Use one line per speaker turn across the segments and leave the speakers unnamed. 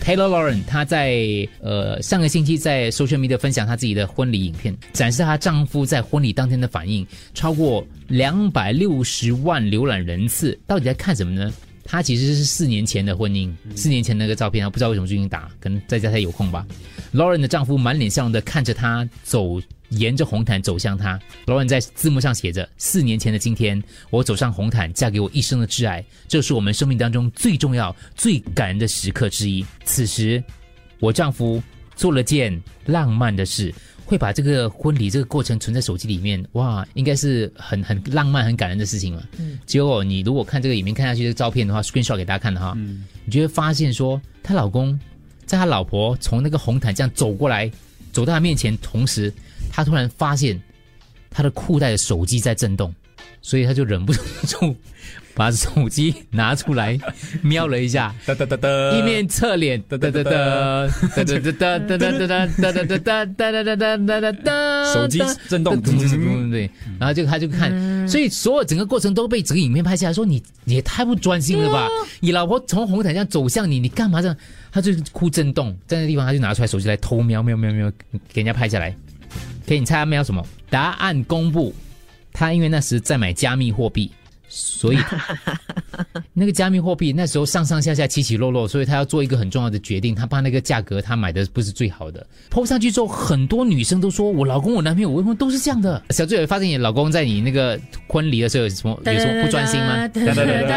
Taylor Lauren 她在呃上个星期在 social media 分享她自己的婚礼影片，展示她丈夫在婚礼当天的反应，超过两百六十万浏览人次，到底在看什么呢？她其实是四年前的婚姻，四年前那个照片啊，不知道为什么最近打，可能在家才有空吧。Lauren 的丈夫满脸笑容的看着她走，沿着红毯走向她。Lauren 在字幕上写着：“四年前的今天，我走上红毯，嫁给我一生的挚爱，这是我们生命当中最重要、最感人的时刻之一。”此时，我丈夫做了件浪漫的事，会把这个婚礼这个过程存在手机里面，哇，应该是很很浪漫、很感人的事情嘛。嗯，结果你如果看这个影片看下去，这个照片的话，screenshot 给大家看的哈，你就会发现说，她老公在她老婆从那个红毯这样走过来，走到她面前，同时她突然发现她的裤带的手机在震动，所以她就忍不住把手机拿出来瞄了一下。
哒哒哒哒，
一面侧脸，哒哒哒哒哒哒哒哒哒哒哒哒哒哒哒哒哒哒哒哒，
手机震动，嗯
对对，然后就他就看，所以所有整个过程都被整个影片拍下来，说你也太不专心了吧，你老婆从红毯上走向你，你干嘛这样？他就哭震动，在那地方他就拿出来手机来偷瞄瞄瞄瞄，给人家拍下来。可以，你猜他瞄什么？答案公布，他因为那时在买加密货币， 所以他那个加密货币那时候上上下下起起落落，所以他要做一个很重要的决定，他怕那个价格他买的不是最好的。抛上去之后，很多女生都说我老公、我男朋友、我未婚都是这样的。小醉有发现你老公在你那个婚礼的时候有什么有什么不专心吗？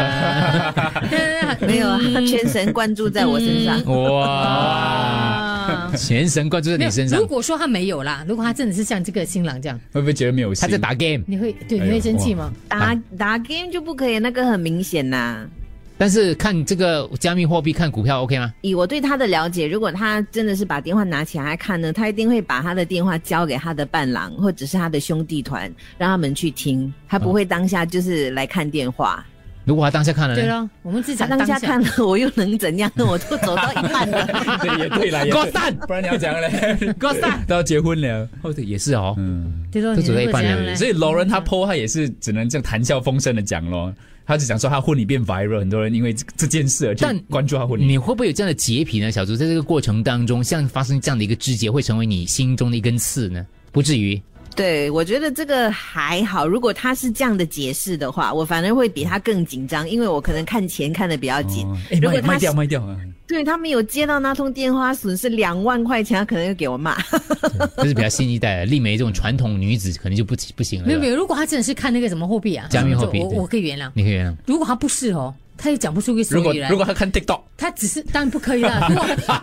没有啊，他
嗯
全神贯注在我身
嗯
上。
哇，
啊，
全神贯注在你
没有
身上
如，果说他没有啦，如果他真的是像这个新郎这样，
会不会觉得没有心？
他在打 game。
你会对
哎呦
你会生气吗？
打打 game 就不可以，那个很明显呐、
但是看这个加密货币、看股票 OK 吗？
以我对他的了解，如果他真的是把电话拿起来看呢，他一定会把他的电话交给他的伴郎或者是他的兄弟团，让他们去听，他不会当下就是来看电话。
如果他当下看了呢
对？咯，我们只
他
讲
当
当
下
下
看了，我又能怎样呢？我都走到一 半了，
对，也对啦， 也
郭
对
三，
不然你要讲嘞，
郭三，
都要结婚了。
哦，对，也是哦。
嗯，
对咯，
都
你
走到一
会
半
怎样
了
嘞
所以 Lauren 他 PO 他也是只能这样谈笑风生的讲咯，他只讲说他婚礼变 viral，很多人因为这这件事而去
但
关注他婚礼。
你会不会有这样的洁癖呢？小猪，在这个过程当中，像发生这样的一个枝节，会成为你心中的一根刺呢？不至 于，
对，我觉得这个还好。如果他是这样的解释的话，我反而会比他更紧张，因为我可能看钱看得比较紧。
哦哎，
如果
卖
他
卖掉
是
卖掉啊！
对他没有接到那通电话，损失两万块钱，他可能又给我骂。
这是比较新一代的。丽梅这种传统女子，可能就不不行了。
没有没
有，
有，如果他真的是看那个什么货币啊，
加密货币
我
对
我可以原谅。
你可以原谅。
如果他不是哦，他又讲不出个
如
所
果
以来
如。果他看 TikTok，
他只是当然不可 以了，如果他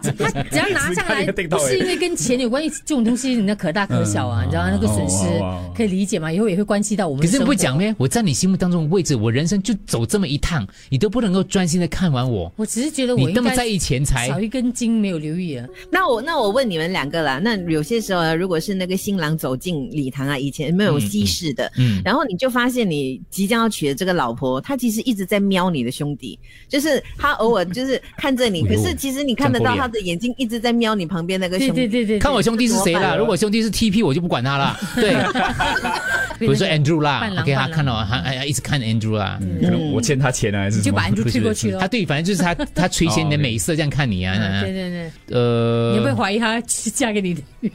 只要拿上
只是看那
来，
个订
不
单而已
是因为跟钱有关系，这种东西人家可大可小 啊，
嗯
你知道吗那个损失
哇哇哇
可以理解吗？以后也会关系到我
哦
们
可
的生
是你
活。
不讲咩？我在你心目当中的位置，我人生就走这么一趟，你都不能够专心的看完我。
我只是觉得我
你
应
那么
该
在意钱财
少，一根筋没有留意啊。
那我那我问你们两个啦，那有些时候啊，如果是那个新郎走进礼堂啊，以前没有西式的，
嗯，
然后你就发现你即将要娶的这个老婆，她其实一直在瞄你的兄弟，就是她偶尔就是看着你，
哎
可
呦
是其实你看得
这样
到
不
她的眼睛一直在瞄你旁边那个
对
兄
对
弟。
对对，
看我兄弟是谁
这怎么
啊
啦。
办
如果兄弟是 TP，我就不管他 啦。对，比
比
如说 Andrew 啦
伴郎
，OK，他
伴郎嗯
看到他哎呀一直看 Andrew 啦。
可能我欠他钱啊，还是
你
什
就
么
把 Andrew 推过去
他
了。
对，反正就是他，他垂涎你的
哦，OK
美色，这样看你啊。
嗯对对对，
呃，
你会怀疑他去嫁给你的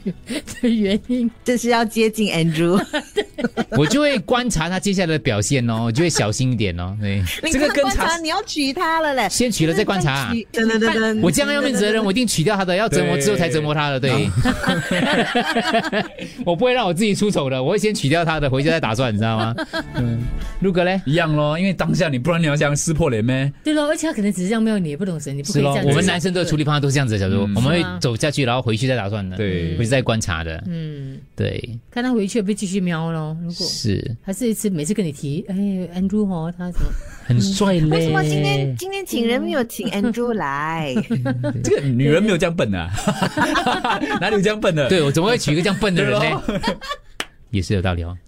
的原因？
这是要接近 Andrew，
我就会观察他接下来的表现哦，我就会小心一点 哦。对，
你
这个
看
跟
观
查
察你要娶她了嘞，
先娶了再观察啊
娶。等等等等，
我这样要面子的人，我一定娶掉他的，要折磨之后才折磨他的。对， 我不会让我自己出丑的，我会先娶掉他的，回家再打算，你知道吗？嗯，陆哥嘞，
一样咯，因为当下你不然你要这样撕破脸咩？
对了，而且他可能只是这样瞄你，也不懂事，你不可
是
以这
咯
样。，
我们男生的处理方法都是这样子，小猪，
嗯
我们
是吗
会走下去，然后回去再打算的，
对
回去再观察的。
嗯，
对，
看他回去也不继续瞄咯。如果
是
还是一次每次跟你提，哎，Andrew 哦，他怎么？
很帅嘞。
为什么今
哎
天今天请人没有 请 Andrew 来？
这个女人没有这样笨的啊， 哪里有这样笨的？
对我怎么会娶一个这样笨的人
对咯
呢？也是有道理哦。